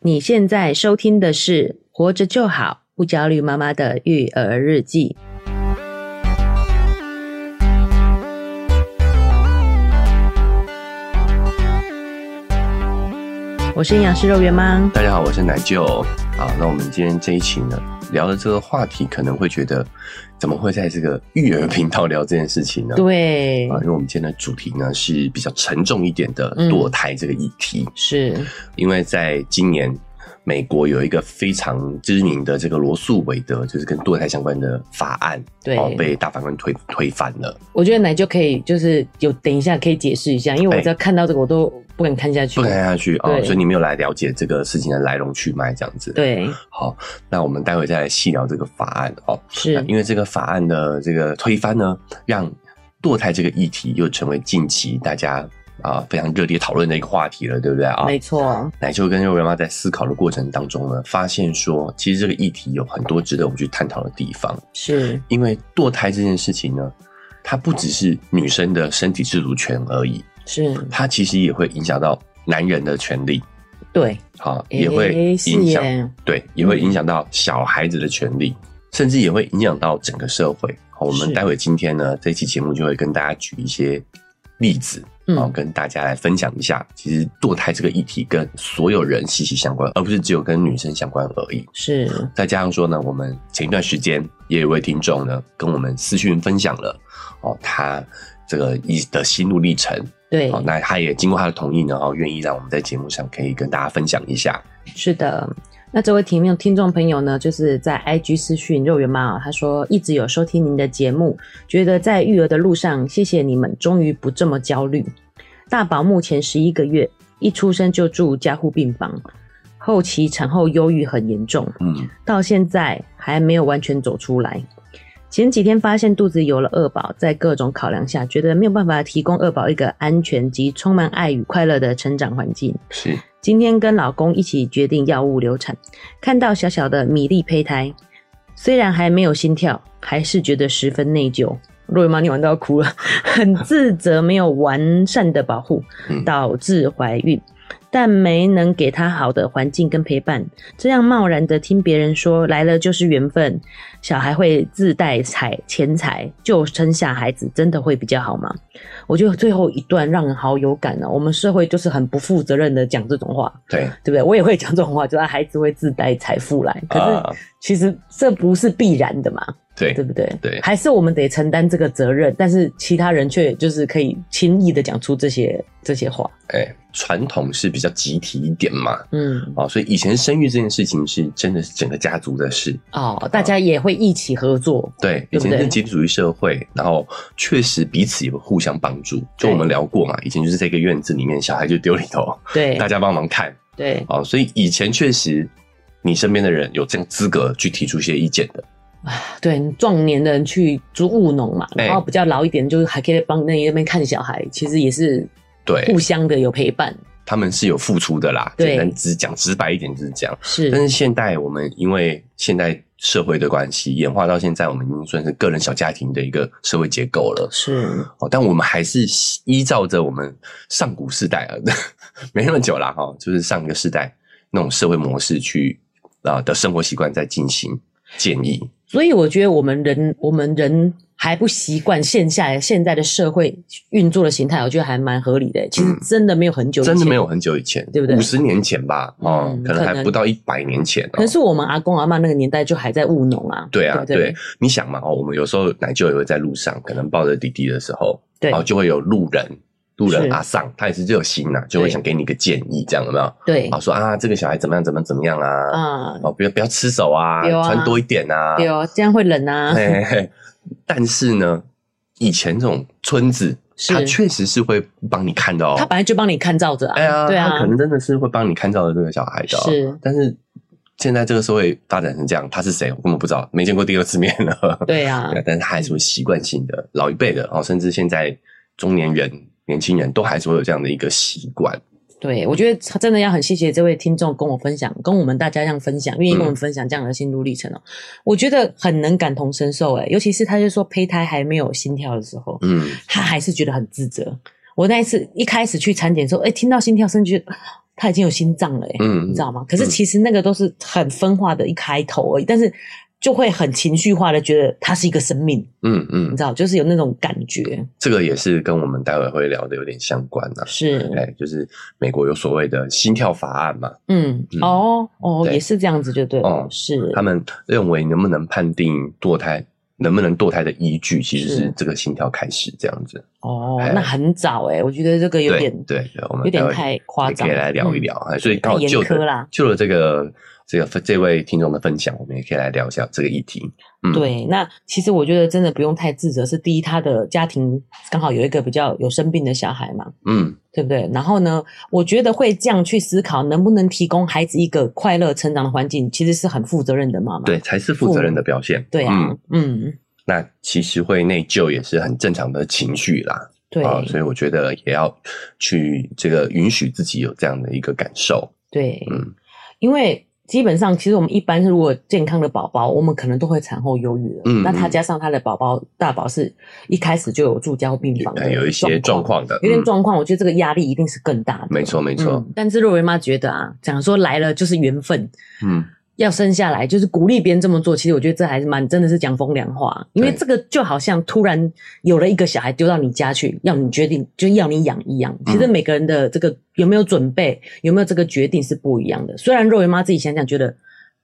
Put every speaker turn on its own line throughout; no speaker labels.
你现在收听的是《活着就好，不焦虑妈妈的育儿日记》。我是营养师肉圆妈，
大家好，我是奶舅。好，那我们今天这一期呢，聊的这个话题，可能会觉得怎么会在这个育儿频道聊这件事情呢？
对
啊，，因为我们今天的主题呢是比较沉重一点的
嗯
堕胎这个议题，
是，
因为在今年美国有一个非常知名的这个罗素韦德，就是跟堕胎相关的法案，
对
哦，被大法官推推翻了，
我觉得奶就可以，就是有等一下可以解释一下，因为我只要看到这个我都不敢看下去。
不能看下去哦
对，
所以你没有来了解这个事情的来龙去脉，这样子。，
对，
好，那我们待会再来细聊这个法案哦。
是
那，因为这个法案的这个推翻呢，让堕胎这个议题又成为近期大家啊、非常热烈讨论的一个话题了，对不对啊？
没错，
奶舅跟肉圆妈在思考的过程当中呢，发现说，其实这个议题有很多值得我们去探讨的地方，
是，
因为堕胎这件事情呢，它不只是女生的身体自主权而已，
是，
它其实也会影响到男人的权利，
对，
好、
诶
也会
是
影响
耶，
对，也
嗯
会影响到小孩子的权利，甚至也会影响到整个社会。好，我们
是
待会今天呢，这期节目就会跟大家举一些例子，
嗯
然后跟大家来分享一下，其实堕胎这个议题跟所有人息息相关，而不是只有跟女生相关而已。
是，
再加上说呢，我们前一段时间也有一位听众呢跟我们私讯分享了哦，他这个一的心路历程。
对，
哦，那他也经过他的同意呢，哦，愿意让我们在节目上可以跟大家分享一下。
是的，那这位听众听众朋友呢，就是在 IG 私讯肉圆妈、哦，她说一直有收听您的节目，觉得在育儿的路上，谢谢你们，终于不这么焦虑。大宝目前十一个月，一出生就住加护病房，后期产后忧郁很严重，
嗯，
到现在还没有完全走出来。前几天发现肚子有了二宝，在各种考量下，觉得没有办法提供二宝一个安全及充满爱与快乐的成长环境。
是，
今天跟老公一起决定药物流产，看到小小的米粒胚胎，虽然还没有心跳，还是觉得十分内疚。若雨妈，你玩到哭了， 很自责，没有完善的保护
嗯，
导致怀孕，但没能给她好的环境跟陪伴。这样贸然的听别人说来了就是缘分，小孩会自带财钱财，就生下孩子真的会比较好吗？我觉得最后一段让人好有感哦。我们社会就是很不负责任的讲这种话，
对。
对不对？我也会讲这种话，就是啊孩子会自带财富来，可
啊
是其实这不是必然的嘛，
对
对不对？
对
还是我们得承担这个责任，但是其他人却就是可以轻易的讲出这些这些话，
哎、传统是比较集体一点嘛，
嗯，
哦，所以以前生育这件事情是真的是整个家族的事，
哦，大家也会一起合作，
对，
对不
以
对
前是集体主义社会，然后确实彼此也会互相帮助，就
对
我们聊过嘛，以前就是这个院子里面小孩就丢里头，
对
大家帮忙看，
对，
哦，所以以前确实你身边的人有这样资格去提出一些意见的，
对，壮年的人去做务农嘛，
哎
然后比较老一点，就是还可以帮那那边看小孩，其实也是
对
互，相的有陪伴，
他们是有付出的啦，
对
简单直讲直白一点就是这样。但
是
是现代我们因为现代社会的关系，演化到现在，我们已经算是个人小家庭的一个社会结构了。
是，
哦，但我们还是依照着我们上古世代啊， 没那么久啦哈、哦，就是上一个世代那种社会模式去啊、的生活习惯在进行建议。
所以我觉得我们人，我们人还不习惯线下来现在的社会运作的形态，我觉得还蛮合理的。其实真的没有很久，
嗯真的没有。很久以前，
对不对
五十年前吧，哦，
嗯
可能
可
还
能
不到一百年前、
可
哦。
是我们阿公阿妈那个年代就还在务农啊，
对啊，
不对
你想嘛，哦，我们有时候奶舅也会在路上，可能抱着弟弟的时候，
对
哦然后就会有路人，路
是
人阿尚，他也是热心呐、就会想给你一个建议，这样有没有？
对
啊，说啊，这个小孩怎么样，怎么怎么样啊？
啊，
哦，不要不要吃手啊，
有啊
穿多一点啊。
对哦，这样会冷啊，
嘿嘿嘿但是呢，以前这种村子，
是
他确实是会帮你看到、哦，
他本来就帮你看照着
哎呀，
啊，对
他
啊
可，能真的是会帮你看到的这个小孩的、哦。
是，
但是现在这个社会发展成这样，他是谁我根本不知道，没见过第二次面了。
对啊，
对，但是他还是会习惯性的，老一辈的哦，甚至现在中年人、年轻人都还是会有这样的一个习惯。
对，我觉得真的要很谢谢这位听众跟我分享，跟我们大家这样分享，愿意跟
嗯
我们分享这样的心路历程哦。我觉得很能感同身受欸诶，尤其是他就说胚胎还没有心跳的时候，
嗯，
他还是觉得很自责。我那一次一开始去产检的时候，哎、听到心跳声，觉得他已经有心脏了、欸，
嗯
你知道吗？可是其实那个都是很分化的一开头而已，但是就会很情绪化的觉得它是一个生命，
嗯嗯
你，知道，就是有那种感觉，
这个也是跟我们待会会聊的有点相关啊。哎、
是，
就是美国有所谓的心跳法案嘛，
嗯
嗯，
哦哦，
对
也是这样子，就对了，
哦
是，
他们认为能不能判定堕胎，能不能堕胎的依据其实是
是
这个心跳开始这样子。
哦
哎，
那很早哎、我觉得这个有
对
点
对对，我们
有点
待会
太夸张
也
了，
可以来聊一
嗯
聊。哎所以刚好
太严
就
苛
了
啦
就了这个这个这位听众的分享，我们也可以来聊一下这个议题。嗯，，
对，那其实我觉得真的不用太自责，是第一，他的家庭刚好有一个比较有生病的小孩嘛，
嗯
对不对？然后呢，我觉得会这样去思考，能不能提供孩子一个快乐成长的环境，其实是很负责任的妈妈。
对，才是负责任的表现。
啊对啊
嗯，，
嗯，
那其实会内疚也是很正常的情绪啦。
对、
啊、所以我觉得也要去这个允许自己有这样的一个感受。
对，
嗯
因为基本上其实我们一般如果健康的宝宝，我们可能都会产后忧郁了。
嗯
那他
嗯
加上他的宝宝大宝是一开始就有住家病房的，
有一些状。况的，
有点
嗯
状况，我觉得这个压力一定是更大的。
没错没错，
嗯但是若维妈觉得啊，讲说来了就是缘分，
嗯
要生下来就是鼓励别人这么做。其实我觉得这还是蛮真的是讲风凉话，因为
对
这个就好像突然有了一个小孩丢到你家去，要你决定就要你养一样。
嗯
其实每个人的这个有没有准备，有没有这个决定是不一样的。虽然若维妈自己想想觉得，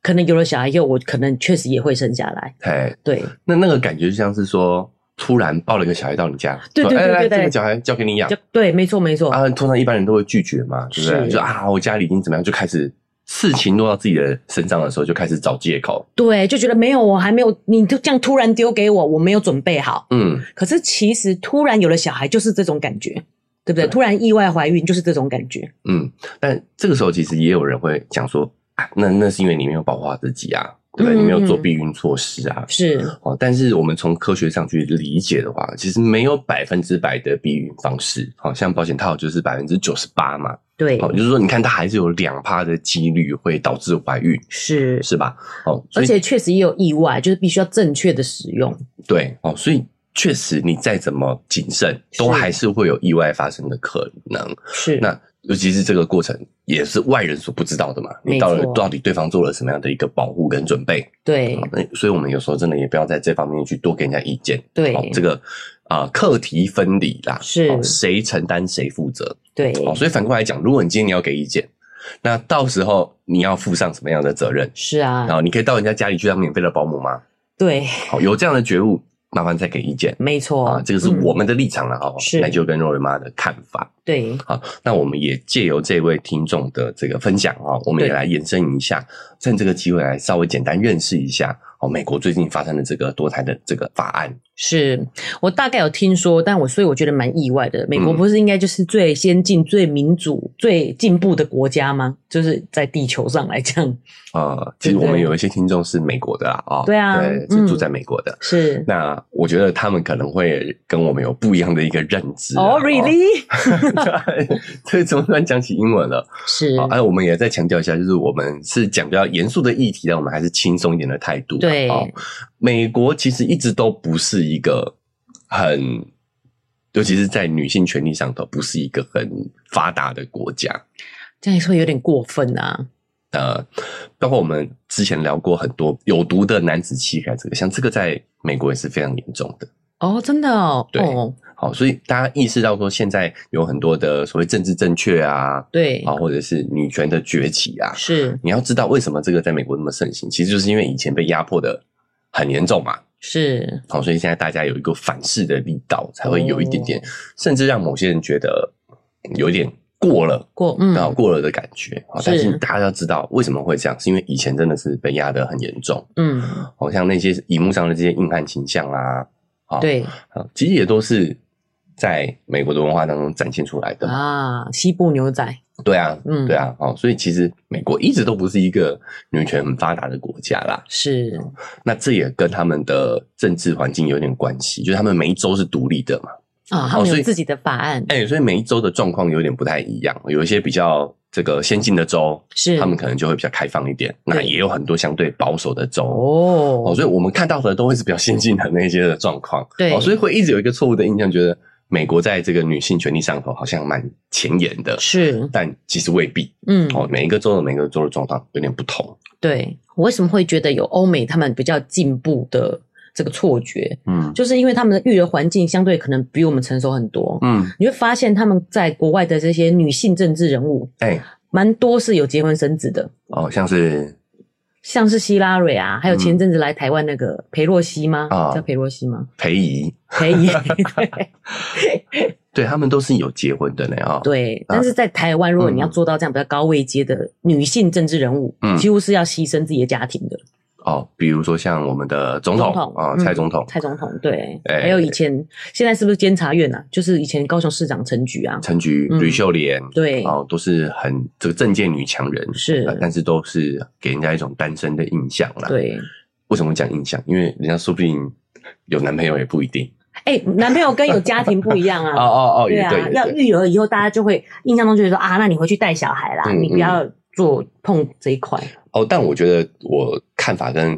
可能有了小孩以后，我可能确实也会生下来。
哎，
对
那那个感觉就像是说，突然抱了一个小孩到你家，
对
说
对
哎
对
来
对对
这个小孩交给你养
就对，没错没错，
啊。通常一般人都会拒绝嘛，对不对？
是
就啊，我家里已经怎么样，就开始事情落到自己的身上的时候，就开始找借口。
对，就觉得没有，我还没有，你就这样突然丢给我，我没有准备好。
嗯，
可是其实突然有了小孩就是这种感觉，对不对？
对
突然意外怀孕就是这种感觉，
嗯，但这个时候其实也有人会讲说，啊，那那是因为你没有保护好自己啊，对不
嗯
对？你没有做
嗯
避孕措施啊。
是
哦，但是我们从科学上去理解的话，其实没有百分之百的避孕方式。好、像保险套就是百分之九十八嘛，
对，
哦，就是说你看它还是有两趴的几率会导致怀孕，
是，
是吧？哦，所
而
以
且确实也有意外，就是必须要正确的使用，
对哦，所以确实你再怎么谨慎，都
是
还是会有意外发生的可能。
是
那尤其是这个过程也是外人所不知道的嘛，你
没
到了
错
到底对方做了什么样的一个保护跟准备？
对
好那所以我们有时候真的也不要在这方面去多给人家意见。
对
哦、这个啊课题分离啦，
是
哦谁、承担谁负责。
对，
哦，所以反过来讲，如果你今天你要给意见，那到时候你要负上什么样的责任？
是啊，
然后你可以到人家家里去当免费的保姆吗？
对，
好、有这样的觉悟，麻烦再给意见。
没错，
啊，这个是
嗯
我们的立场了哦，
是
那就跟若瑞妈的看法。
对
好，那我们也借由这位听众的这个分享啊、我们也
对
来延伸一下，趁这个机会来稍微简单认识一下哦，美国最近发生的这个堕胎的这个法案。
是我大概有听说，但我所以我觉得蛮意外的。美国
嗯
不是应该就是最先进、最民主、最进步的国家吗？就是在地球上来讲，
呃，其实
对
我
对
们有一些听众是美国的啦，哦，
对啊
对，
嗯
是住在美国的。
是
那我觉得他们可能会跟我们有不一样的一个认知啊。
哦、r e a l l y
哦 对，怎么突然讲起英文了？
是
好，哎，我们也再强调一下，就是我们是讲比较严肃的议题，但我们还是轻松一点的态度。
对
哦，美国其实一直都不是一个很，尤其是在女性权利上头，不是一个很发达的国家。
这样说有点过分啊。
呃，包括我们之前聊过很多有毒的男子气概，这个像这个在美国也是非常严重的。
哦，真的哦，
对
哦、
好，所以大家意识到说，现在有很多的所谓政治正确啊，
对，
啊，或者是女权的崛起啊，
是
你要知道为什么这个在美国那么盛行，其实就是因为以前被压迫的很严重嘛，
是，
好，所以现在大家有一个反噬的力道，才会有一点
哦
点，甚至让某些人觉得有一点过了，
过
然后
嗯
过了的感觉。好
是
但是大家要知道为什么会这样，是因为以前真的是被压得很严重，
嗯，
好像那些荧幕上的这些硬汉形象啊，啊，
对
啊，其实也都是在美国的文化当中展现出来的嘛。
啊，西部牛仔，
对啊，
嗯
对啊，哦，所以其实美国一直都不是一个女权很发达的国家啦。
是
那这也跟他们的政治环境有点关系，就是他们每一州是独立的嘛，
啊，他
哦
们
所以
有自己的法案，
哎、所以每一州的状况有点不太一样，有一些比较这个先进的州，
是
他们可能就会比较开放一点，那
对
也有很多相对保守的州。哦，
哦，
所以我们看到的都会是比较先进的那些的状况，
对
哦，所以会一直有一个错误的印象，觉得美国在这个女性权利上头好像蛮前沿的，
是，
但其实未必
嗯，
哦。每一个州有每一个州的状况有点不同，
对我为什么会觉得有欧美他们比较进步的这个错觉，
嗯
就是因为他们的育儿环境相对可能比我们成熟很多。
嗯，
你会发现他们在国外的这些女性政治人物，
哎、
蛮多是有结婚生子的，
哦，像是
像是希拉蕊啊，还有前阵子来台湾那个裴洛西吗？
啊
叫裴洛西吗？
裴仪，
裴 仪
对他们都是有结婚的呢啊、哦，
对，但是在台湾，如果你要做到这样比较高位阶的女性政治人物，
嗯
几乎是要牺牲自己的家庭的。
哦，比如说像我们的总统
总统
啊、
嗯
蔡总统、
蔡总统对，
哎
还有以前现在是不是监察院啊？就是以前高雄市长陈菊啊，
陈菊、
嗯
吕秀莲，
对，
哦，都是很这个政界女强人，
是
呃但是都是给人家一种单身的印象啦。，
对，
为什么讲印象？因为人家说不定有男朋友也不一定。
哎，男朋友跟有家庭不一样啊。
哦哦，
对
也
啊
对，，也
要
对
育儿以后，大家就会印象中就觉得说啊，那你回去带小孩啦，
嗯
你不要做碰这一块。
哦，但我觉得我看法跟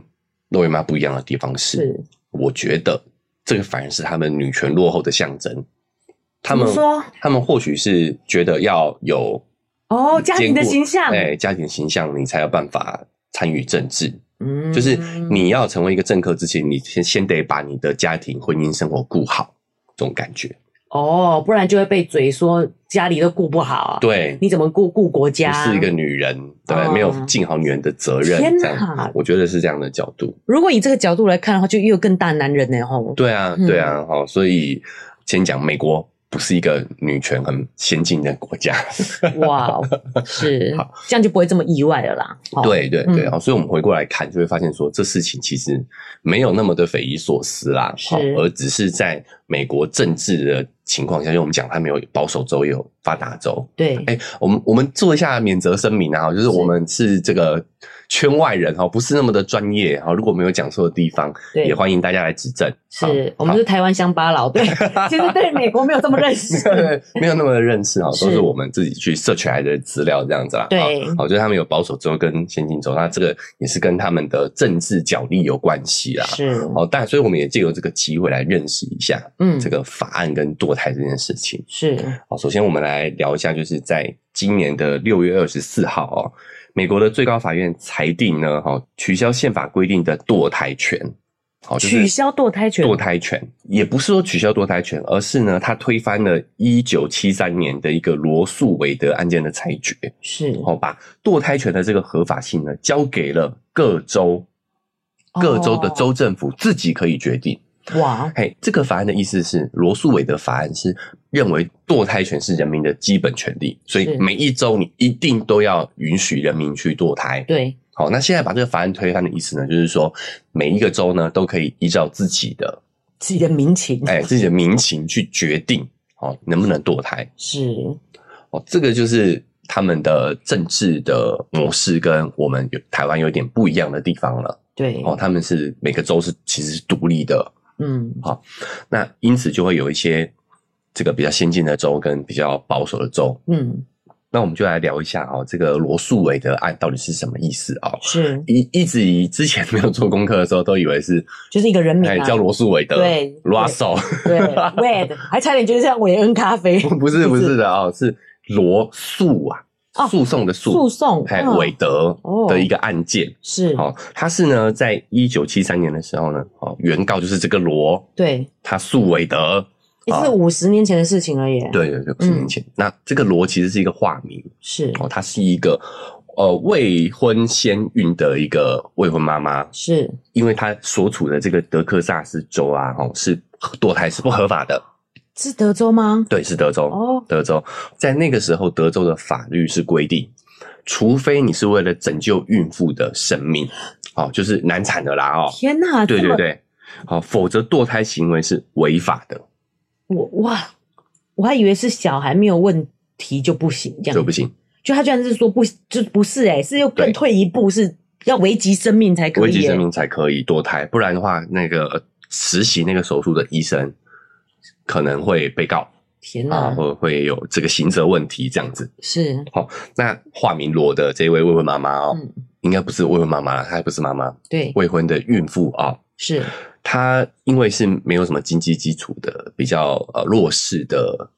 肉圆妈不一样的地方是，
是，
我觉得这个反而是他们女权落后的象征。他们
怎么说
他们或许是觉得要有
哦，家庭的
兼顾
形象，
哎，家庭形象，你才有办法参与政治。
嗯
就是你要成为一个政客之前，你先先得把你的家庭、婚姻生活顾好，这种感觉。
哦，不然就会被嘴说家里都顾不好啊。
对，
你怎么顾顾国
不
家？
是一个女人，对，
哦
没有尽好女人的责任
天。哪
这样，我觉得是这样的角度。
如果以这个角度来看的话，就又更大男人呢，吼。
对啊，
嗯
对啊，哈、所以先讲美国不是一个女权很先进的国家。
哇哦，是
好，
这样就不会这么意外了啦。哦，
对对对
嗯
啊、所以我们回过来看，就会发现说，这事情其实没有那么的匪夷所思啦，
是
哦而只是在美国政治的情况下，因为我们讲他们有保守州，也有发达州，
对，
哎、我们我们做一下免责声明啊，就是我们是这个圈外人哦哈，不是那么的专业哦哈。如果没有讲错的地方，
对
也欢迎大家来指正。好
是我们是台湾乡巴佬， 对，其实对美国没有这么认识。
没有那么的认识哈，啊
是
都是我们自己去摄取来的资料这样子啦。
对
好，好就是他们有保守州跟先进州，那这个也是跟他们的政治角力有关系啦。
是，
好，但所以我们也借由这个机会来认识一下
嗯
这，个法案跟堕胎这件事情。
是，
好，首先我们来聊一下，就是在今年的六月二十四号哦，美国的最高法院裁定呢，哈、哦，取消宪法规定的堕胎权，好、就是
取消堕胎权
堕胎权也不是说取消堕胎权，而是呢，它推翻了一九七三年的一个罗素韦德案件的裁决，
是
然，后把堕胎权的这个合法性呢，交给了各州，
哦
各州的州政府自己可以决定。
哇，
嘿，这个法案的意思是，罗素韦德法案是认为堕胎权是人民的基本权利，所以
是
每一周你一定都要允许人民去堕胎。
对，
好，那现在把这个法案推翻的意思呢，就是说每一个州呢都可以依照自己的
自己的民情
哎自己的民情去决定哦能不能堕胎。
是，
哦，这个就是他们的政治的模式跟我们有台湾有点不一样的地方了。
对，
哦，他们是每个州是其实是独立的，
嗯，
那因此就会有一些这个比较先进的州跟比较保守的州。
嗯，
那我们就来聊一下哦，这个罗素韦德案到底是什么意思哦？
是，
一一直以之前没有做功课的时候，都以为是
就是一个人名
哎
啊
叫罗素韦德，
对对
，Russell，
对，red，还差点就是像韦恩咖啡
不是不是的哦，是罗素啊，
哦
诉讼的
诉
诉，
讼，
哎，
嗯
韦德
哦
的一个案件。
是，
哦，他是呢，在一九七三年的时候呢，哦，原告就是这个罗，
对，
他诉韦德，
也
啊
是五十年前的事情了耶，，
对对对，十年前。那这个罗其实是一个化名，
是
哦，她是一个呃未婚先孕的一个未婚妈妈，
是，
因为她所处的这个德克萨斯州啊，哦是堕胎是不合法的，
是德州吗？
对，是德州，
哦，
德州在那个时候德州的法律是规定，除非你是为了拯救孕妇的生命，哦，就是难产的啦，哦，
天哪，
对
这
对
么，
对，好、否则堕胎行为是违法的，
我哇，我还以为是小孩没有问题就不行这样，
就不行。
就他居然是说不，就不是哎、是又更
对
退一步，是要危及生命才可以、欸。
危及生命才可以堕胎，不然的话，那个呃实习那个手术的医生可能会被告
天哪、
啊，或者会有这个刑责问题这样子。
是
那化名罗的这位未婚妈妈哦，
嗯
应该不是未婚妈妈啦，她还不是妈妈，
对，
未婚的孕妇啊、哦，
是
他因为是没有什么经济基础的比较呃弱势的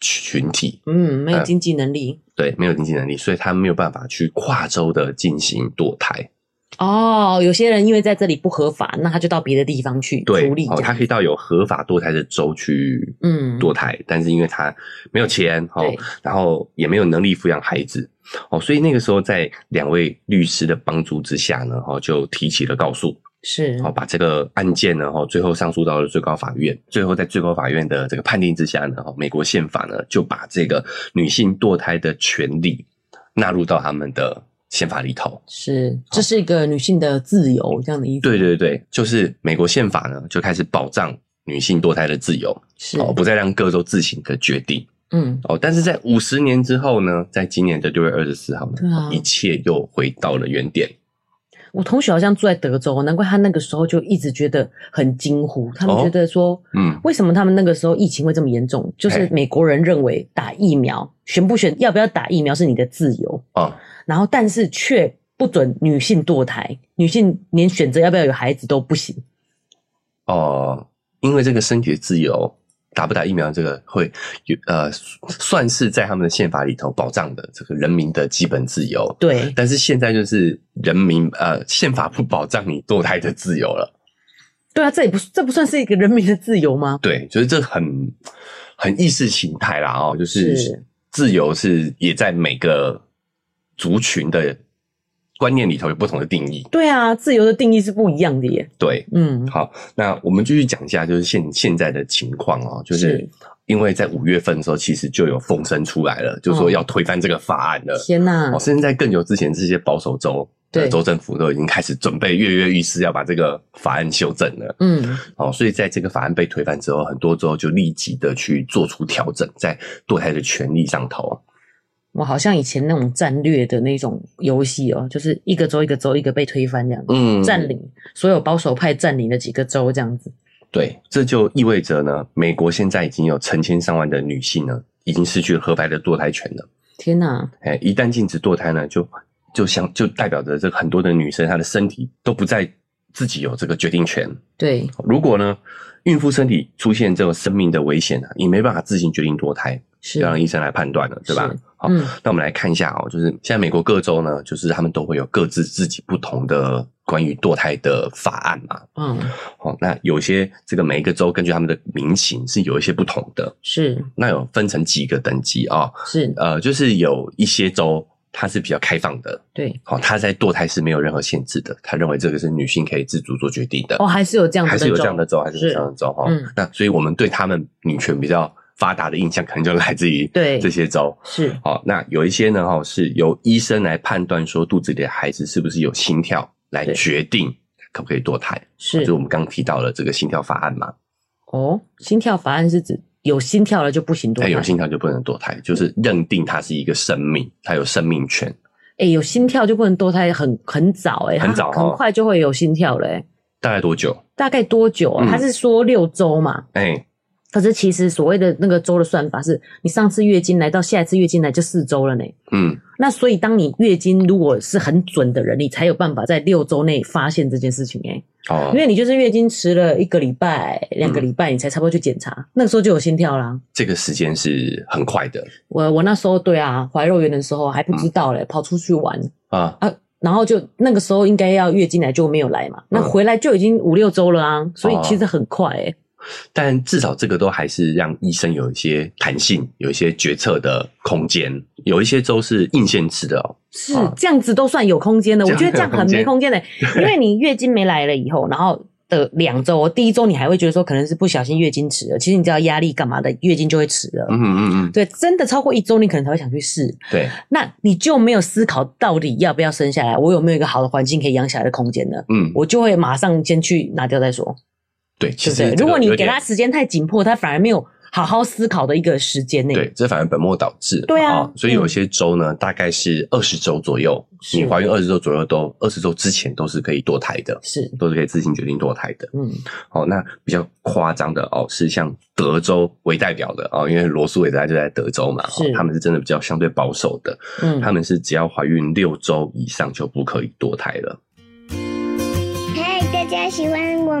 群体，
嗯，
哎
没有经济能力、
对，没有经济能力，所以他没有办法去跨州的进行堕胎。
哦。有些人因为在这里不合法，那他就到别的地方去
对
处理，
哦，
这样
他可以到有合法堕胎的州去
嗯，
堕胎，但是因为他没有钱哦
对，
然后也没有能力抚养孩子哦，所以那个时候在两位律师的帮助之下呢，哦，就提起了告诉，
是
哦，把这个案件呢，哦，最后上诉到了最高法院，最后在最高法院的这个判定之下呢，哦，美国宪法呢就把这个女性堕胎的权利纳入到他们的宪法里头。
是，这是一个女性的自由这样的意思，
对对对，就是美国宪法呢就开始保障女性堕胎的自由，
是，
哦，不再让各州自行的决定。
嗯，
哦，但是在五十年之后呢，在今年的六月二十四号呢，哦
对啊
一切又回到了原点。
我同学好像住在德州，难怪他那个时候就一直觉得很惊呼，他们
哦
觉得说，
嗯，
为什么他们那个时候疫情会这么严重？就是
嘿
美国人认为打疫苗选不选要不要打疫苗是你的自由，
哦，
然后但是却不准女性堕胎，女性连选择要不要有孩子都不行。
哦，因为这个身体的自由，打不打疫苗这个会有呃，算是在他们的宪法里头保障的这个人民的基本自由。
对，
但是现在就是人民呃，宪法不保障你堕胎的自由了。
对啊，这也不这不算是一个人民的自由吗？
对，就是这很很意识形态啦哦，就是
是
自由是也在每个族群的观念里头有不同的定义。
对啊，自由的定义是不一样的耶。
对，
嗯，
好，那我们继续讲一下，就是现现在的情况哦，就是
是
因为在五月份的时候，其实就有风声出来了，就
嗯
说要推翻这个法案了。
天哪、
哦，甚至在更久之前，这些保守州的
对
州政府都已经开始准备跃跃欲试，要把这个法案修正了。
嗯，
哦，所以在这个法案被推翻之后，很多州就立即的去做出调整，在堕胎的权利上头。
我好像以前那种战略的那种游戏哦，就是一个州一个州一个被推翻这样，
嗯
占领所有保守派占领了几个州这样子。
对，这就意味着呢，美国现在已经有成千上万的女性呢，已经失去了合法的堕胎权了。
天哪、
哎，一旦禁止堕胎呢，就就像就代表着这很多的女生她的身体都不再自己有这个决定权。
对，
如果呢，孕妇身体出现这种生命的危险啊，也没办法自行决定堕胎，
是
要让医生来判断了，对吧
是？
好，
嗯
那我们来看一下哦，就是现在美国各州呢，就是他们都会有各自自己不同的关于堕胎的法案嘛。
嗯，
好，那有些这个每一个州根据他们的民情是有一些不同的，
是
那有分成几个等级啊、
是，
呃，就是有一些州它是比较开放的，
对，
好、它在堕胎是没有任何限制的，他认为这个是女性可以自主做决定的，
哦，还是有这样子
还
的，
是有这样的州，还是有
是
这样的州哈、
嗯
那所以我们对他们女权比较发达的印象，可能就来自于
对
这些州。
是
好、那有一些呢，哈、是由医生来判断说肚子里的孩子是不是有心跳，来
对
决定可不可以堕胎。
是
就我们刚提到了这个心跳法案嘛，
哦，心跳法案是指有心跳了就不行堕
他
胎，
哎有心跳就不能堕胎，就是认定它是一个生命，它有生命权。
哎、有心跳就不能堕胎，很很早哎、欸，
很
它
早哦
很快就会有心跳嘞、欸，
大概多久？
大概多久啊？
嗯
他是说六周嘛？
哎、
可是其实所谓的那个周的算法是，你上次月经来到下一次月经来就四周了呢。
嗯，
那所以当你月经如果是很准的人，你才有办法在六周内发现这件事情哎、
哦，
因为你就是月经迟了一个礼拜、两个礼拜，你才差不多去检查，
嗯
那个时候就有心跳啦。
这个时间是很快的
我我那时候对啊，怀肉圆的时候还不知道
嗯
嘞，跑出去玩
啊，
啊，然后就那个时候应该要月经来就没有来嘛，
嗯
那回来就已经五六周了啊，所
哦
以其实很快欸诶、
但至少这个都还是让医生有一些弹性，有一些决策的空间。有一些州是硬限制的哦，
是
哦
这样子都算有空间的，
这
我
样
觉得这样很没空间的、因为你月经没来了以后，然后。的两周，哦，第一周你还会觉得说可能是不小心月经迟了，其实你知道压力干嘛的，月经就会迟了。
嗯嗯嗯，
对，真的超过一周，你可能才会想去试。
对，
那你就没有思考到底要不要生下来，我有没有一个好的环境可以养小孩的空间呢？
嗯，
我就会马上先去拿掉再说，
对，
对
其
不
实
对？
这个
如果你
有
给
点
他时间太紧迫，他反而没有好好思考的一个时间内。
对，这反而本末倒置。
对啊
哦所以有一些州呢，大概是二十周左右，
是
你怀孕二十周左右都二十周之前都是可以堕胎的，
是，
都是可以自行决定堕胎的。
嗯，
哦，那比较夸张的哦，是像德州为代表的哦，因为罗斯韦德就在德州嘛，哦
是
他们是真的比较相对保守的，
嗯，
他们是只要怀孕六周以上就不可以堕胎了。
嗨，大家家喜欢我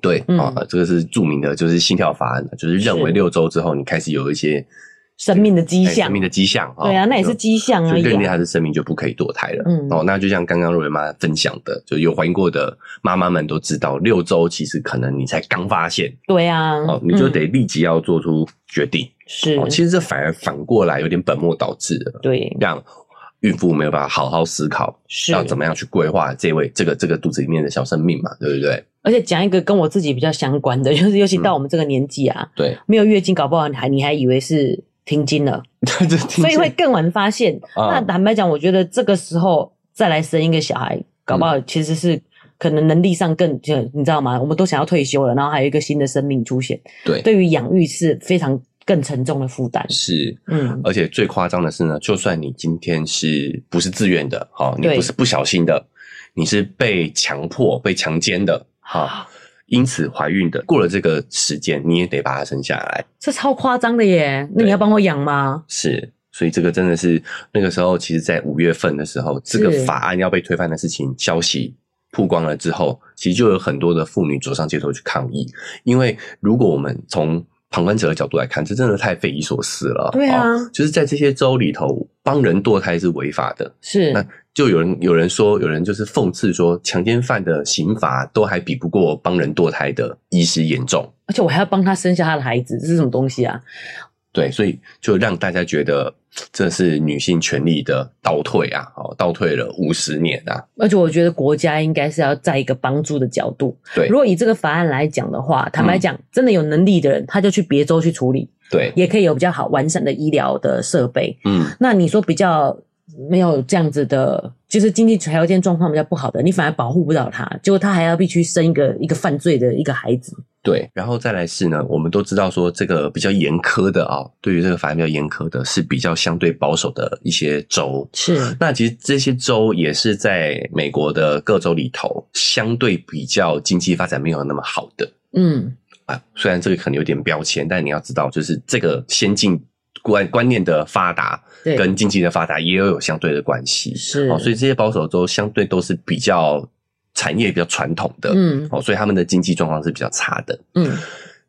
对啊、
嗯
这个是著名的，就是心跳法案了，就是认为
是
六周之后你开始有一些
生命的迹
哎
象
生。命的迹象。哦
对啊，那也是迹象
就
而
认
已
定
啊、
他的生命就不可以堕胎了。
嗯
哦，那就像刚刚瑞文妈分享的，就有怀孕过的妈妈们都知道，六周其实可能你才刚发现，
对啊，
哦，你就
嗯
得立即要做出决定。
是
哦，，其实这反而反过来有点本末倒置了，
对，
让孕妇没有办法好好思考
是
要怎么样去规划这位这个这个肚子里面的小生命嘛，对不对？
而且讲一个跟我自己比较相关
嗯
的，就是尤其到我们这个年纪啊，
对，
没有月经，搞不好你还你还以为是停经了，
这听
所以
起来
会更晚发现。
啊
那坦白讲，我觉得这个时候再来生一个小孩，搞不
嗯
好其实是可能能力上更，就你知道吗？我们都想要退休了，然后还有一个新的生命出现，
对
对于养育是非常更沉重的负担。
是
嗯，
而且最夸张的是呢，就算你今天是不是自愿的，好、你
对
不是不小心的，你是被强迫、被强奸的，好、
啊
因此怀孕的，过了这个时间，你也得把它生下来，
这超夸张的耶！那
对
你要帮我养吗？
是。所以这个真的是那个时候，其实，在五月份的时候，这个法案要被推翻的事情消息曝光了之后，其实就有很多的妇女走上街头去抗议，因为如果我们从旁观者的角度来看，这真的太匪夷所思了。
对啊
哦就是在这些州里头，帮人堕胎是违法的。
是
那就有人有人说，有人就是讽刺说，强奸犯的刑罚都还比不过帮人堕胎的医师严重。
而且我还要帮他生下他的孩子，这是什么东西啊？
对，所以就让大家觉得这是女性权利的倒退啊，哦，倒退了五十年啊，
而且我觉得国家应该是要在一个帮助的角度。
对嗯
如果以这个法案来讲的话，坦白讲，真的有能力的人，他就去别州去处理，
对，
也可以有比较好完善的医疗的设备。
嗯，
那你说比较没有这样子的，就是经济条件状况比较不好的，你反而保护不到他，结果他还要必须生一个一个犯罪的一个孩子。
对，然后再来是呢，我们都知道说这个比较严苛的啊、对于这个法案比较严苛的是比较相对保守的一些州，
是
那其实这些州也是在美国的各州里头相对比较经济发展没有那么好的。
嗯，
啊，虽然这个可能有点标签，但你要知道，就是这个先进观观念的发达
对
跟经济的发达也有相对的关系。
是，
哦，所以这些保守州相对都是比较产业比较传统的，
嗯
哦，所以他们的经济状况是比较差的，
嗯，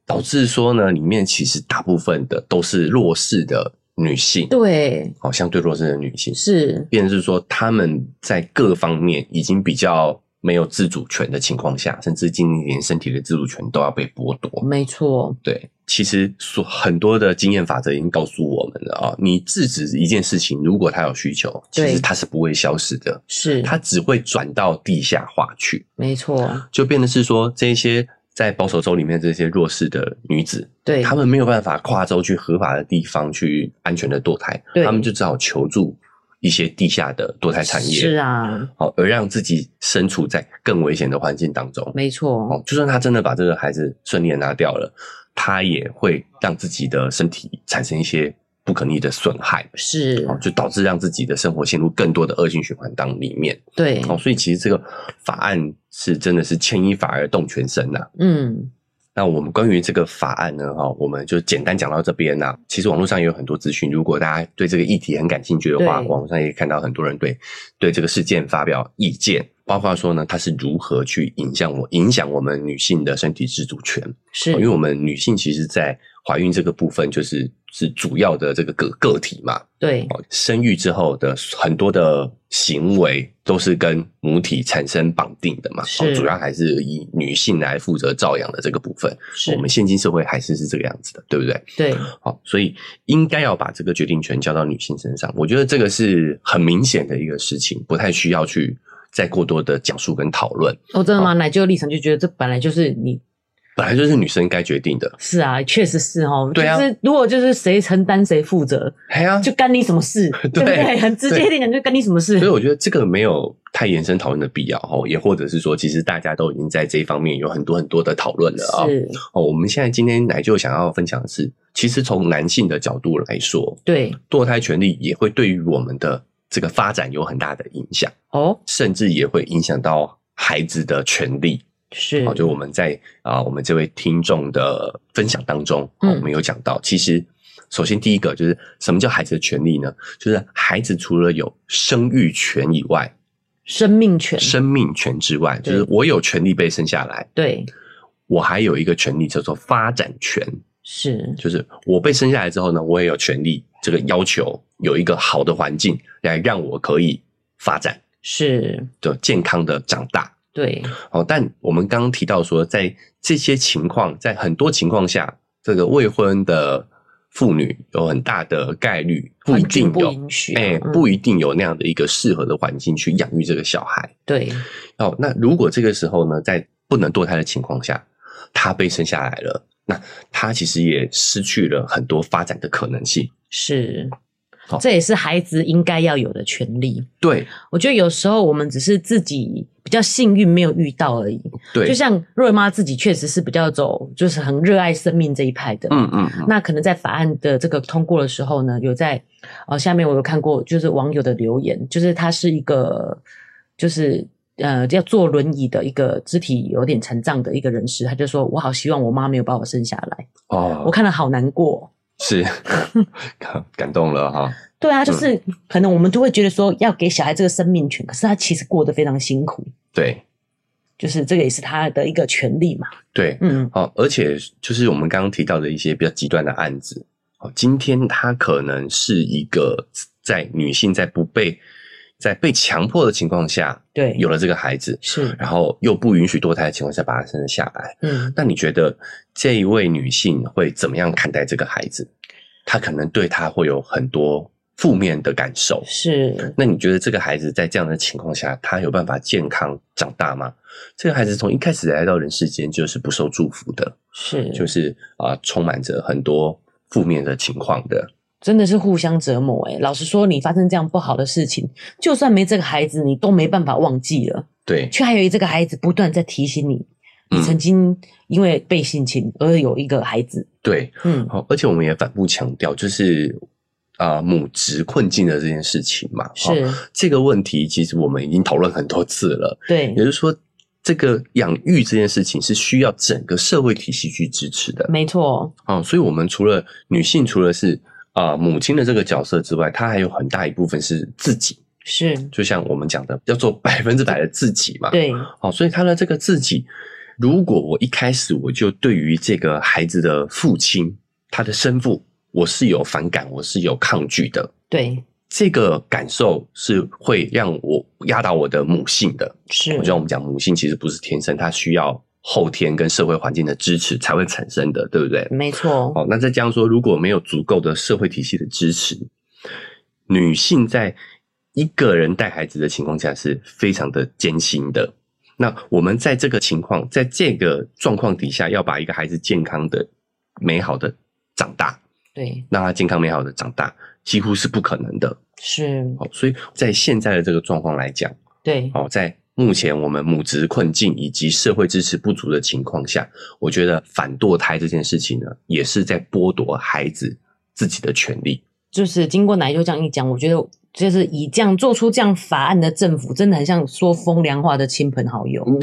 导致说呢，里面其实大部分的都是弱势的女性，
对，
哦，相对弱势的女性，
是
便是说他们在各方面已经比较。没有自主权的情况下，甚至今年连身体的自主权都要被剥夺。
没错，
对，其实所很多的经验法则已经告诉我们了啊、你制止一件事情，如果它有需求，其
对
实它是不会消失的，
是
它只会转到地下化去，
没错，
就变得是说这些。在保守州里面，这些弱势的女子，
对，
她们没有办法跨州去合法的地方去安全的堕胎，
对
她们就只好求助一些地下的堕胎产业，
是，啊，
好、而让自己身处在更危险的环境当中。
没错，
哦，就算他真的把这个孩子顺利的拿掉了，他也会让自己的身体产生一些不可逆的损害，
是啊
哦，就导致让自己的生活陷入更多的恶性循环当里面。
对，
哦，所以其实这个法案是真的是牵一发而动全身呐、
嗯，
那我们关于这个法案呢，哈、我们就简单讲到这边啦、其实网络上也有很多资讯，如果大家对这个议题很感兴趣的话，
对
网络上也看到很多人对对这个事件发表意见，包括说呢，它是如何去影响我影响我们女性的身体自主权，
是，
哦因为我们女性其实，在怀孕这个部分就是是主要的这个个个体嘛，
对，
哦生育之后的很多的行为都是跟母体产生绑定的嘛，
是
主要还是以女性来负责照养的这个部分。
是，
我们哦现今社会还是是这个样子的，对不对？
对，
好、所以应该要把这个决定权交到女性身上。我觉得这个是很明显的一个事情，不太需要去再过多的讲述跟讨论。
哦，真的吗？奶就立场就觉得这本来就是你
本来就是女生该决定的。
是啊，确实是哦。
对啊
就是如果就是谁承担谁负责，
哎呀、
就干你什么 事，对不对？很直接一点讲，就干你什么事
所以。我觉得这个没有太延伸讨论的必要哦，也或者是说，其实大家都已经在这一方面有很多很多的讨论了啊、哦。
是，
我们现在今天奶就想要分享的是，其实从男性的角度来说，
对，
堕胎权利也会对于我们的这个发展有很大的影响，
哦，
甚至也会影响到孩子的权利。
是
好，，就我们在啊、我们这位听众的分享当中，哦
嗯
我们有讲到，其实首先第一个就是什么叫孩子的权利呢？就是孩子除了有生育权以外，
生命权，
生命权之外，就
嗯对
是我有权利被生下来，
对，
我还有一个权利叫做发展权，
是，
就是我被生下来之后呢，我也有权利这个要求有一个好的环境来让我可以发展
是，
就健康的长大。
对，
哦，但我们刚刚提到说，在这些情况，在很多情况下，这个未婚的妇女有很大的概率不一
完全
定
不
有，
允许，
哎、
嗯
不一定有那样的一个适合的环境去养育这个小孩。
对，
哦，那如果这个时候呢，在不能堕胎的情况下，他被生下来了，那他其实也失去了很多发展的可能性。
是
好，
这也是孩子应该要有的权利。
对
我觉得有时候我们只是自己比较幸运，没有遇到而已。
对，
就像瑞妈自己确实是比较走，就是很热爱生命这一派的。
嗯嗯嗯，
那可能在法案的这个通过的时候呢，有在呃下面我有看过，就是网友的留言，就是他是一个就是呃要坐轮椅的一个肢体有点残障的一个人士，他就说我好希望我妈没有把我生下来，我
哦，
看了好难过。
是感感动了哈、
对啊，
嗯
就是可能我们都会觉得说要给小孩这个生命权，可是他其实过得非常辛苦，
对
就是这个也是他的一个权利嘛。
对，
嗯，
哦，而且就是我们刚刚提到的一些比较极端的案子，哦，今天她可能是一个在女性在不被在被强迫的情况下
对，
有了这个孩子，
是，
然后又不允许堕胎的情况下把她生了下来，
嗯，
那你觉得这一位女性会怎么样看待这个孩子？她可能对她会有很多负面的感受。
是，
那你觉得这个孩子在这样的情况下，他有办法健康长大吗？这个孩子从一开始来到人世间就是不受祝福的，
是，
就是啊、充满着很多负面的情况的。
真的是互相折磨哎、老实说，你发生这样不好的事情，就算没这个孩子，你都没办法忘记了，
对，
却还有这个孩子不断在提醒你，你
嗯
曾经因为被性侵而有一个孩子。
对，
嗯，
好，而且我们也反复强调，就是啊、母职困境的这件事情嘛，哦、
是
这个问题，其实我们已经讨论很多次了。
对
也就，是说，这个养育这件事情是需要整个社会体系去支持的
没错，
哦。所以，我们除了女性，除了是啊、母亲的这个角色之外，她还有很大一部分是自己，
是，
就像我们讲的，要做百分之百的自己嘛。，
对，
哦，所以她的这个自己，如果我一开始我就对于这个孩子的父亲，他的生父，我是有反感，我是有抗拒的。
对，
这个感受是会让我压倒我的母性的，
是
我，觉得我们讲母性其实不是天生，它需要后天跟社会环境的支持才会产生的，对不对？
没错，
哦，那再这样说，如果没有足够的社会体系的支持，女性在一个人带孩子的情况下是非常的艰辛的。那我们在这个情况，在这个状况底下，要把一个孩子健康的、美好的长大，
对，
让他健康美好的长大，几乎是不可能的。
是，
哦，所以在现在的这个状况来讲。
对，
哦，在目前我们母职困境以及社会支持不足的情况下，我觉得反堕胎这件事情呢，也是在剥夺孩子自己的权利。
就是经过奶就这样一讲，我觉得。就是以这样做出这样法案的政府，真的很像说风凉话的亲朋好友。
嗯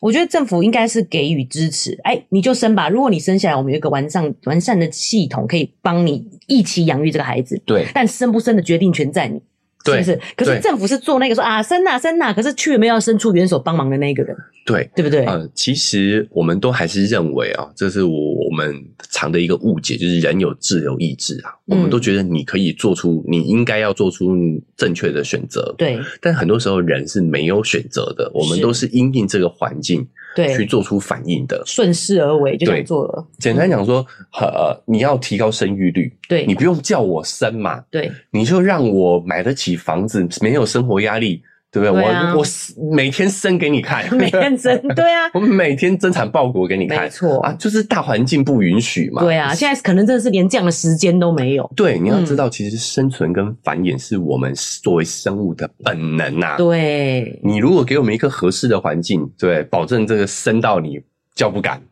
我觉得政府应该是给予支持，哎，你就生吧。如果你生下来，我们有一个完善完善的系统可以帮你一起养育这个孩子，
对
但生不生的决定权在你，是
对
不是？可
对
是政府是做那个说啊生呐、生呐、可是却没有要伸出援手帮忙的那个人，
对，
对不对？
呃，其实我们都还是认为啊，这是我我们常的一个误解，就是人有自由意志啊，我们
嗯
都觉得你可以做出，你应该要做出正确的选择。。
对
但很多时候人是没有选择的，我们
是
都是因应这个环境去
对，
做出反应的。
顺势而为就这
对
样做了，
简单讲说，呃，你要提高生育率，
对
你不用叫我生嘛，
对
你就让我买得起房子，没有生活压力，对不对？
对啊
我我死每天生给 你看，
没认真，对啊，
我们每天增产报国给你看
没，错，
啊，就是大环境不允许嘛。
对啊，现在可能真的是连这样的时间都没有。
对，你要
嗯
知道，其实生存跟繁衍是我们作为生物的本能呐、
对，
你如果给我们一个合适的环境，对，保证这个生到你叫 不敢。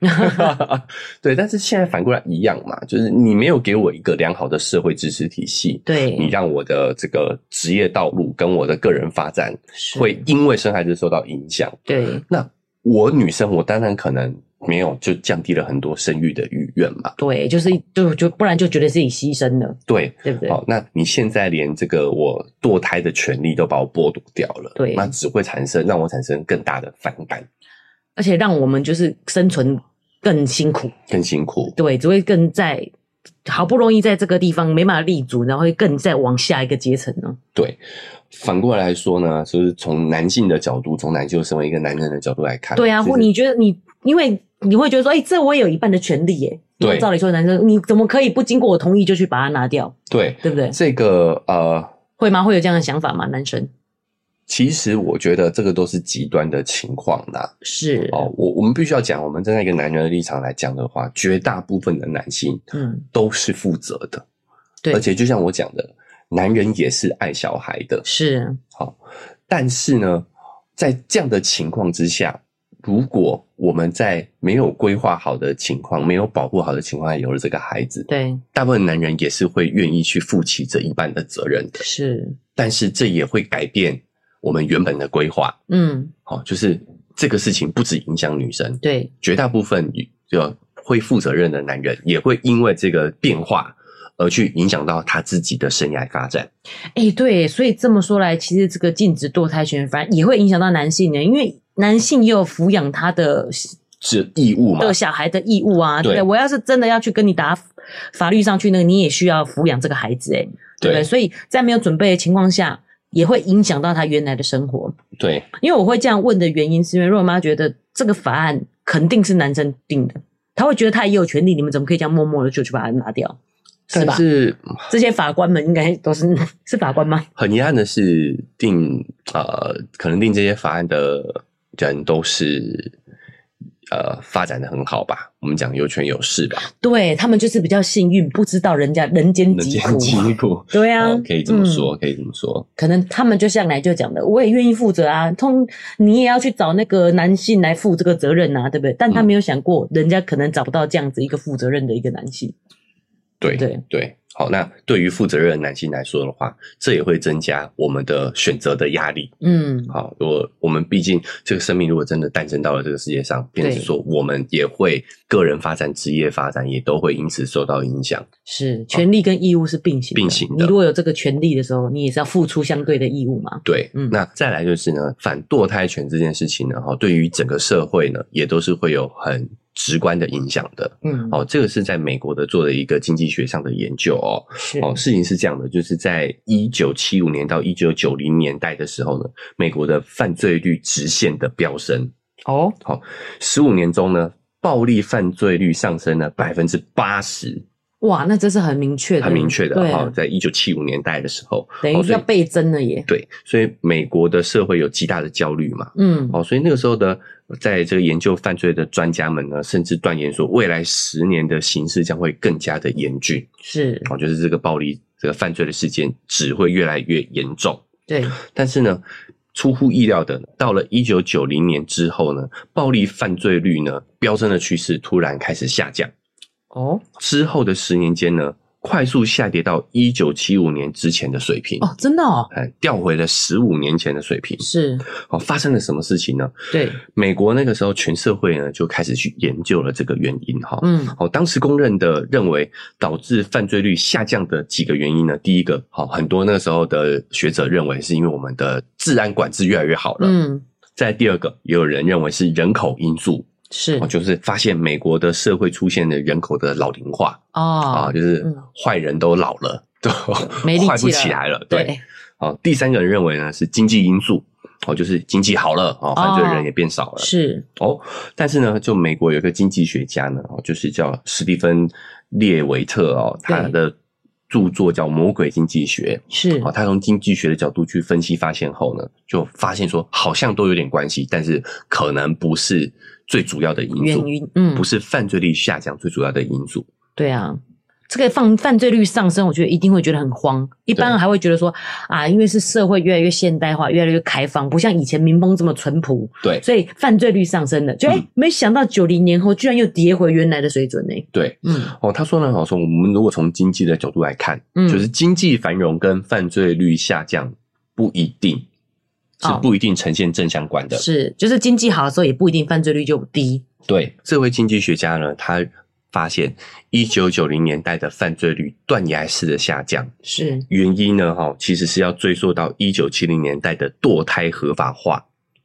对，但是现在反过来一样嘛，就是你没有给我一个良好的社会支持体系，
对，
你让我的这个职业道路跟我的个人发展
是
会因为生孩子受到影响。
对
那我女生，我当然可能没有就降低了很多生育的意愿嘛。
对，就是就就不然就觉得自己牺牲了，
对，
对不对？
好，那你现在连这个我堕胎的权利都把我剥夺掉了，
对
那只会产生让我产生更大的反感，
而且让我们就是生存更辛苦，
更辛苦。
对，只会更在好不容易在这个地方没办法立足，然后会更再往下一个阶层呢。
对，反过来说呢，就是从男性的角度，从男性身为一个男人的角度来看，
对啊，
其实
或你觉得你因为你会觉得说，哎、这我也有一半的权利耶。
对
那照理说，男生你怎么可以不经过我同意就去把它拿掉，
对
对不对？
这个呃，
会吗？会有这样的想法吗？男生
其实我觉得这个都是极端的情况啦、
是，
哦，我我们必须要讲，我们站在一个男人的立场来讲的话，绝大部分的男性
嗯，
都是负责的，
对
而且就像我讲的，男人也是爱小孩的，
是，
好，但是呢，在这样的情况之下，如果我们在没有规划好的情况、没有保护好的情况下有了这个孩子，
对，
大部分男人也是会愿意去负起这一半的责任的。
是，
但是这也会改变我们原本的规划。
嗯，
好，就是这个事情不只影响女生，
对，
绝大部分就会负责任的男人也会因为这个变化而去影响到他自己的生涯发展。
哎、对，所以这么说来，其实这个禁止堕胎权反而也会影响到男性呢，因为男性也有抚养他的
是义务嘛？
的小孩的义务啊，对
对
不对？我要是真的要去跟你打法律上去那个，你也需要抚养这个孩子、哎，对不对？
对
所以在没有准备的情况下，也会影响到他原来的生活。
对，
因为我会这样问的原因，是因为若妈觉得这个法案肯定是男生定的，他会觉得他也有权利，你们怎么可以这样默默的就去把它拿掉？是
但
吧？
是
这些法官们应该都是 是法官吗？
很遗憾的是定，呃，可能定这些法案的人都是呃发展的很好吧，我们讲有权有势吧，
对他们就是比较幸运，不知道人家人间疾苦。
苦。
对啊、
哦，可以这么
嗯
说，可以这么说，
可能他们就向来就讲的，我也愿意负责啊，通你也要去找那个男性来负这个责任啊，对不对？但他
嗯
没有想过，人家可能找不到这样子一个负责任的一个男性，
对
对
对。好，那对于负责任的男性来说的话，这也会增加我们的选择的压力。
嗯，
好，如果我们毕竟这个生命如果真的诞生到了这个世界上，便是
对
说我们也会个人发展、职业发展也都会因此受到影响。
是权利跟义务是并行的
并行的
你如果有这个权利的时候，你也是要付出相对的义务嘛，
对，
嗯
那再来就是呢，反堕胎权这件事情呢，哈，对于整个社会呢，也都是会有很直观的影响的。
嗯，
哦，这个是在美国的做的一个经济学上的研究哦。
是
哦，事情是这样的，就是在一九七五年到一九九零年代的时候呢，美国的犯罪率直线的飙升，
哦，
十五年中呢，暴力犯罪率上升了百分之八十，
哇，那这是很明确的，
很明确的
对
哈、
啊
哦，，在一九七五年代的时候，
等
哦
于
所以
要倍增了耶，
对，所以美国的社会有极大的焦虑嘛，
嗯，
哦，所以那个时候的，在这个研究犯罪的专家们呢，甚至断言说，未来十年的形势将会更加的严峻。
是，
哦，就是这个暴力、这个犯罪的事件只会越来越严重。
对，
但是呢，出乎意料的，到了一九九零年之后呢，暴力犯罪率呢飙升的趋势突然开始下降。
哦，
之后的十年间呢，快速下跌到一九七五年之前的水平，
哦，真的哦，
哎，掉回了十五年前的水平。
是，
哦，发生了什么事情呢？
对，
美国那个时候，全社会呢就开始去研究了这个原因哈。
嗯，
好，当时公认的认为导致犯罪率下降的几个原因呢，第一个，好，很多那个时候的学者认为是因为我们的治安管制越来越好了。
嗯，
再第二个，也有人认为是人口因素，
是
哦，，就是发现美国的社会出现了人口的老龄化啊，
哦，
就是
嗯
坏人都老了， 都
没力
坏不
气
起
了
来了。对，
对，
哦，第三个人认为呢是经济因素，哦，就是经济好了，哦，犯罪
哦
人也变少了。
是，
哦，但是呢，就美国有一个经济学家呢，哦，就是叫史蒂芬·列维特哦，他
对
的著作叫《魔鬼经济学》，
是
啊，他从经济学的角度去分析发现后呢，就发现说好像都有点关系，但是可能不是最主要的因
源
素，
于嗯
不，是犯罪率下降最主要的因素。
对啊。这个犯犯罪率上升，我觉得一定会觉得很慌。一般人
对
还会觉得说啊，因为是社会越来越现代化，越来越开放，不像以前民风这么淳朴，
对
所以犯罪率上升了。就哎、
嗯
没想到九零年后居然又跌回原来的水准呢、
对，
嗯
哦，他说呢，好说我们如果从经济的角度来看，
嗯，
就是经济繁荣跟犯罪率下降不一定是
哦
不一定呈现正相关的。
是，就是经济好的时候也不一定犯罪率就低。
对，这位经济学家呢，他发现一九九零年代的犯罪率断崖式的下降，
是
原因呢，哈，其实是要追溯到一九七零年代的堕胎合法化，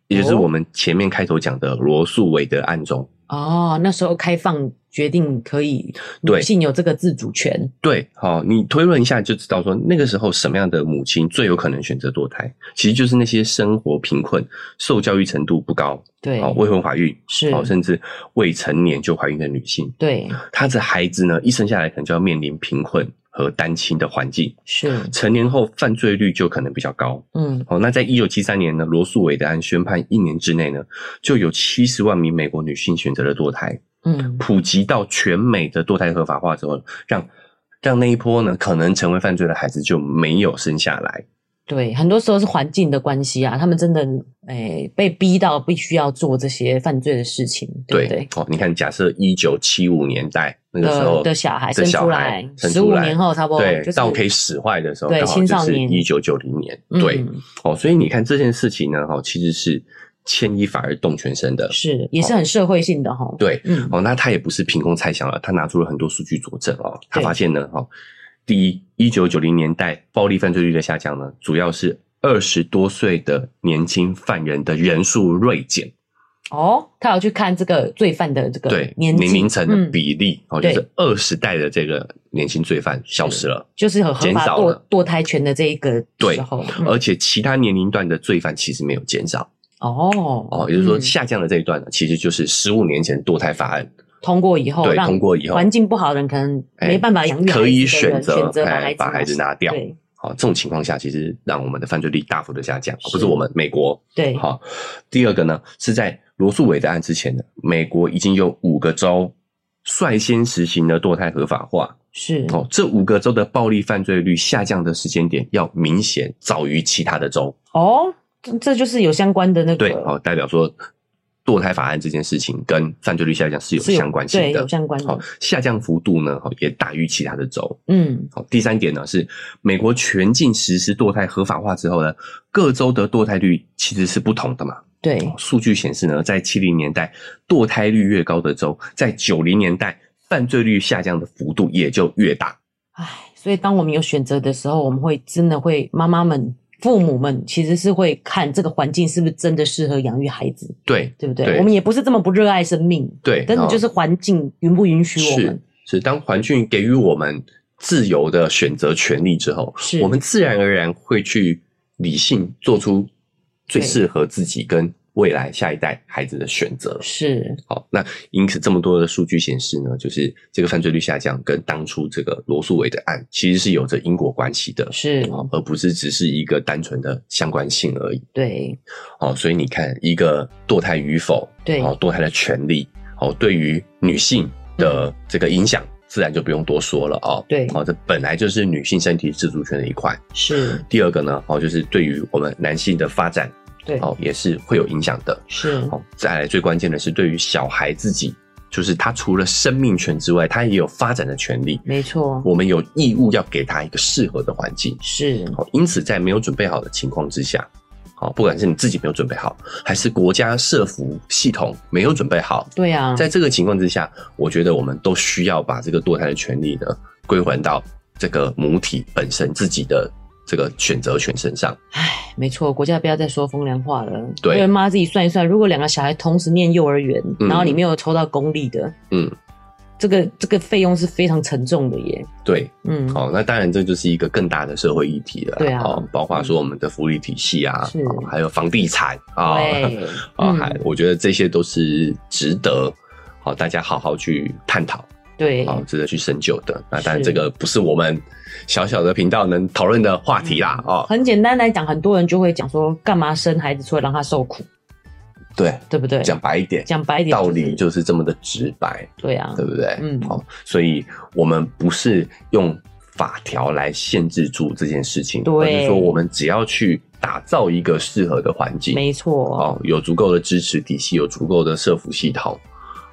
也就是
哦
我们前面开头讲的罗素韦德案中。
哦，那时候开放决定可以女
对
性有这个自主权。
对，好、你推论一下就知道说，那个时候什么样的母亲最有可能选择堕胎？其实就是那些生活贫困、受教育程度不高、
对，
哦未婚怀孕、
是
哦甚至未成年就怀孕的女性，
对，
她的孩子呢一生下来可能就要面临贫困和单亲的环境，
是，
成年后犯罪率就可能比较高。
嗯，
哦，那在一九七三年呢，罗素韦德案宣判一年之内呢，就有七十万名美国女性选择了堕胎，
嗯，
普及到全美的堕胎合法化之后，让让那一波呢可能成为犯罪的孩子就没有生下来。
对，很多时候是环境的关系啊，他们真的诶、被逼到必须要做这些犯罪的事情，对不对？
哦，你看，假设一九七五年代那个时候
的的小孩
的
生
小
出
孩
来，
生
十
出
五
来
年后差不多
对
就是
到可以使坏的时候，
对
刚好
青
就
少
是
年
一九九零年，对、
嗯
哦，所以你看这件事情呢，哦，其实是牵一发而动全身的，
是也是很社会性的哈。
对，
嗯，
哦，那他也不是凭空猜想啊了，他拿出了很多数据佐证哦。他
对
发现呢，哦，第一，一九九零年代暴力犯罪率的下降呢，主要是二十多岁的年轻犯人的人数锐减，
哦，他有去看这个罪犯的这个
对
年纪
年龄层的
嗯
比例、哦，就
对
是二十代的这个年轻罪犯消失了，
就是有合
减
法
少
堕
了
堕胎权的这一个
对呃
时候，嗯
而且其他年龄段的罪犯其实没有减少
哦
哦，也就是说
嗯
下降的这一段呢，其实就是十五年前堕胎法案
通过以后，
对
哦让
通过以后哎
环境不好的人可能没办法养育孩子的人，
可以选择
选择把
哎
孩子
把孩子拿掉
对
哦，这种情况下其实让我们的犯罪率大幅的下降，
是
不是我们美国
对，
好、第二个呢是在罗素韦德案之前呢，美国已经有五个州率先实行了堕胎合法化。
是
哦，这五个州的暴力犯罪率下降的时间点要明显早于其他的州。
哦，这这就是有相关的那个
对，哦，代表说堕胎法案这件事情跟犯罪率下降是有
是有
相关性
对
的
有。相关
好、
的，
下降幅度呢，哦也大于其他的州。
嗯，
好，第三点呢是美国全境实施堕胎合法化之后呢，各州的堕胎率其实是不同的嘛。
对，
数据显示呢，在七零年代堕胎率越高的州，在九零年代犯罪率下降的幅度也就越大。
唉，所以当我们有选择的时候，我们会真的会妈妈们、父母们其实是会看这个环境是不是真的适合养育孩子，
对
对不对？
对
我们也不是这么不热爱生命，
对，
但是就是
哦
环境允不允许我
是
们？
是，当环境给予我们自由的选择权利之后，
是
我们自然而然会去理性做出最
对
适合自己跟未来下一代孩子的选择。
是
好，那因此这么多的数据显示呢，就是这个犯罪率下降跟当初这个罗素韦的案其实是有着因果关系的。
是，
哦，而不是只是一个单纯的相关性而已。
对
哦，所以你看，一个堕胎与否，
对
哦，堕胎的权利，哦，对于女性的这个影响，自然就不用多说了哦。
嗯对
哦，这本来就是女性身体自主权的一块。
是，
第二个呢，哦，就是对于我们男性的发展，
对
哦，也是会有影响的。
是
哦，再来最关键的是对于小孩自己，就是他除了生命权之外，他也有发展的权利。
没错，
我们有义务要给他一个适合的环境。
是
好，因此在没有准备好的情况之下，好，不管是你自己没有准备好，还是国家社服系统没有准备好，
对啊，
在这个情况之下，我觉得我们都需要把这个堕胎的权利呢归还到这个母体本身自己的这个选择权身上。
唉，没错，国家不要再说风凉话了。
对
因为妈自己算一算，如果两个小孩同时念幼儿园，
嗯
然后你没有抽到公立的，
嗯，
这个这个费用是非常沉重的耶。
对，
嗯，
哦，那当然这就是一个更大的社会议题了啦，
对啊嗯
哦，包括说我们的福利体系啊，
是
哦还有房地产啊，
对，
啊，
嗯
还我觉得这些都是值得哦好大家好好去探讨。哦
对，
好、值得去深究的。那当然，
是
这个不是我们小小的频道能讨论的话题啦。哦，
嗯很简单来讲，很多人就会讲说，干嘛生孩子出来让他受苦，
对，
对不对？
讲白一点，
讲白一点、
道理
就
就是这么的直白，
是对啊，
对不对？
嗯
好、所以我们不是用法条来限制住这件事情，
对
而是说我们只要去打造一个适合的环境，
没错。
哦，有足够的支持体系，有足够的社服系统，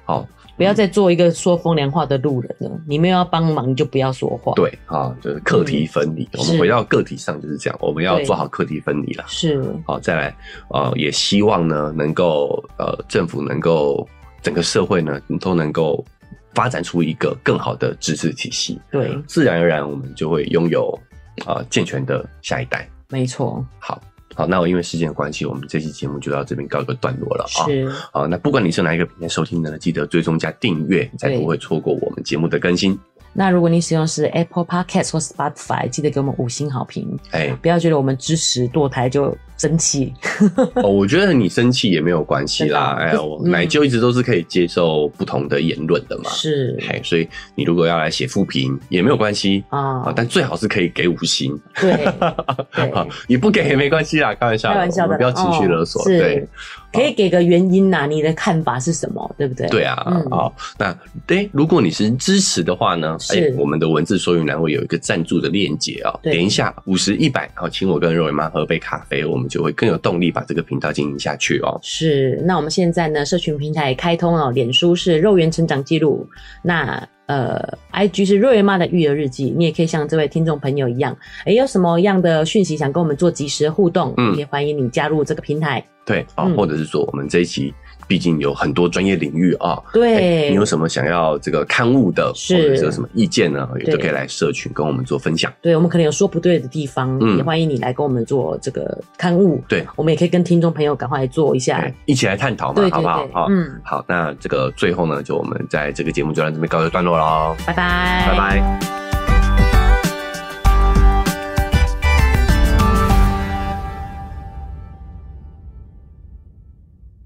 哦好、
不要再做一个说风凉话的路人了。你们要帮忙，你就不要说话。，
对啊、就是课题分离。我们
是
回到个体上就是这样，我们要
对
做好课题分离啦。
是
好，再来，呃，也希望呢，能够呃，政府能够整个社会呢，都能够发展出一个更好的知识体系，
对，
自然而然我们就会拥有啊、呃健全的下一代。
没错，
好，好，那我因为时间的关系，我们这期节目就到这边告一个段落了啊。
是
好，那不管你是哪一个平台收听的呢，记得追踪加订阅，才
对
不会错过我们节目的更新。
那如果你使用的是 Apple Podcast 或 Spotify，记得给我们五星好评，
哎、
不要觉得我们支持堕胎就生气。
哦，我觉得你生气也没有关系 啦。
真的
哎呀，我
嗯
奶舅一直都是可以接受不同的言论的嘛。
是
哎，所以你如果要来写复评也没有关系
啊
啊，，但最好是可以给五星，
对，
啊，你不给也没关系啦，开玩笑的，
开玩笑
我
的
们
啦，
不要情绪
哦
勒索，
是
对
可以给个原因呐、你的看法是什么？对不对？
对啊，啊、
嗯
那哎、如果你是支持的话呢，哎、
是
我们的文字说明栏会有一个赞助的链接啊，
对
点一下五十一百，好，请我跟肉圆妈喝杯咖啡，我们就会更有动力把这个频道经营下去哦。
是，那我们现在呢，社群平台也开通哦，脸书是肉圆成长记录，那呃，IG 是肉圆妈的育儿日记，你也可以像这位听众朋友一样，诶，有什么样的讯息想跟我们做及时的互动，
嗯
也欢迎你加入这个平台。
对啊、
嗯
或者是说我们这一期毕竟有很多专业领域啊、哎
对，
你有什么想要这个刊物的，
是
或者是有什么意见呢？也
对
都可以来社群跟我们做分享。
对我们可能有说不对的地方，
嗯
也欢迎你来跟我们做这个刊物，
对，
我们也可以跟听众朋友赶快做一下
哎，一起来探讨嘛，
对对
好不好？
对
好、
嗯
好，那这个最后呢，就我们在这个节目就到这边告一段落喽，
拜拜，
拜拜。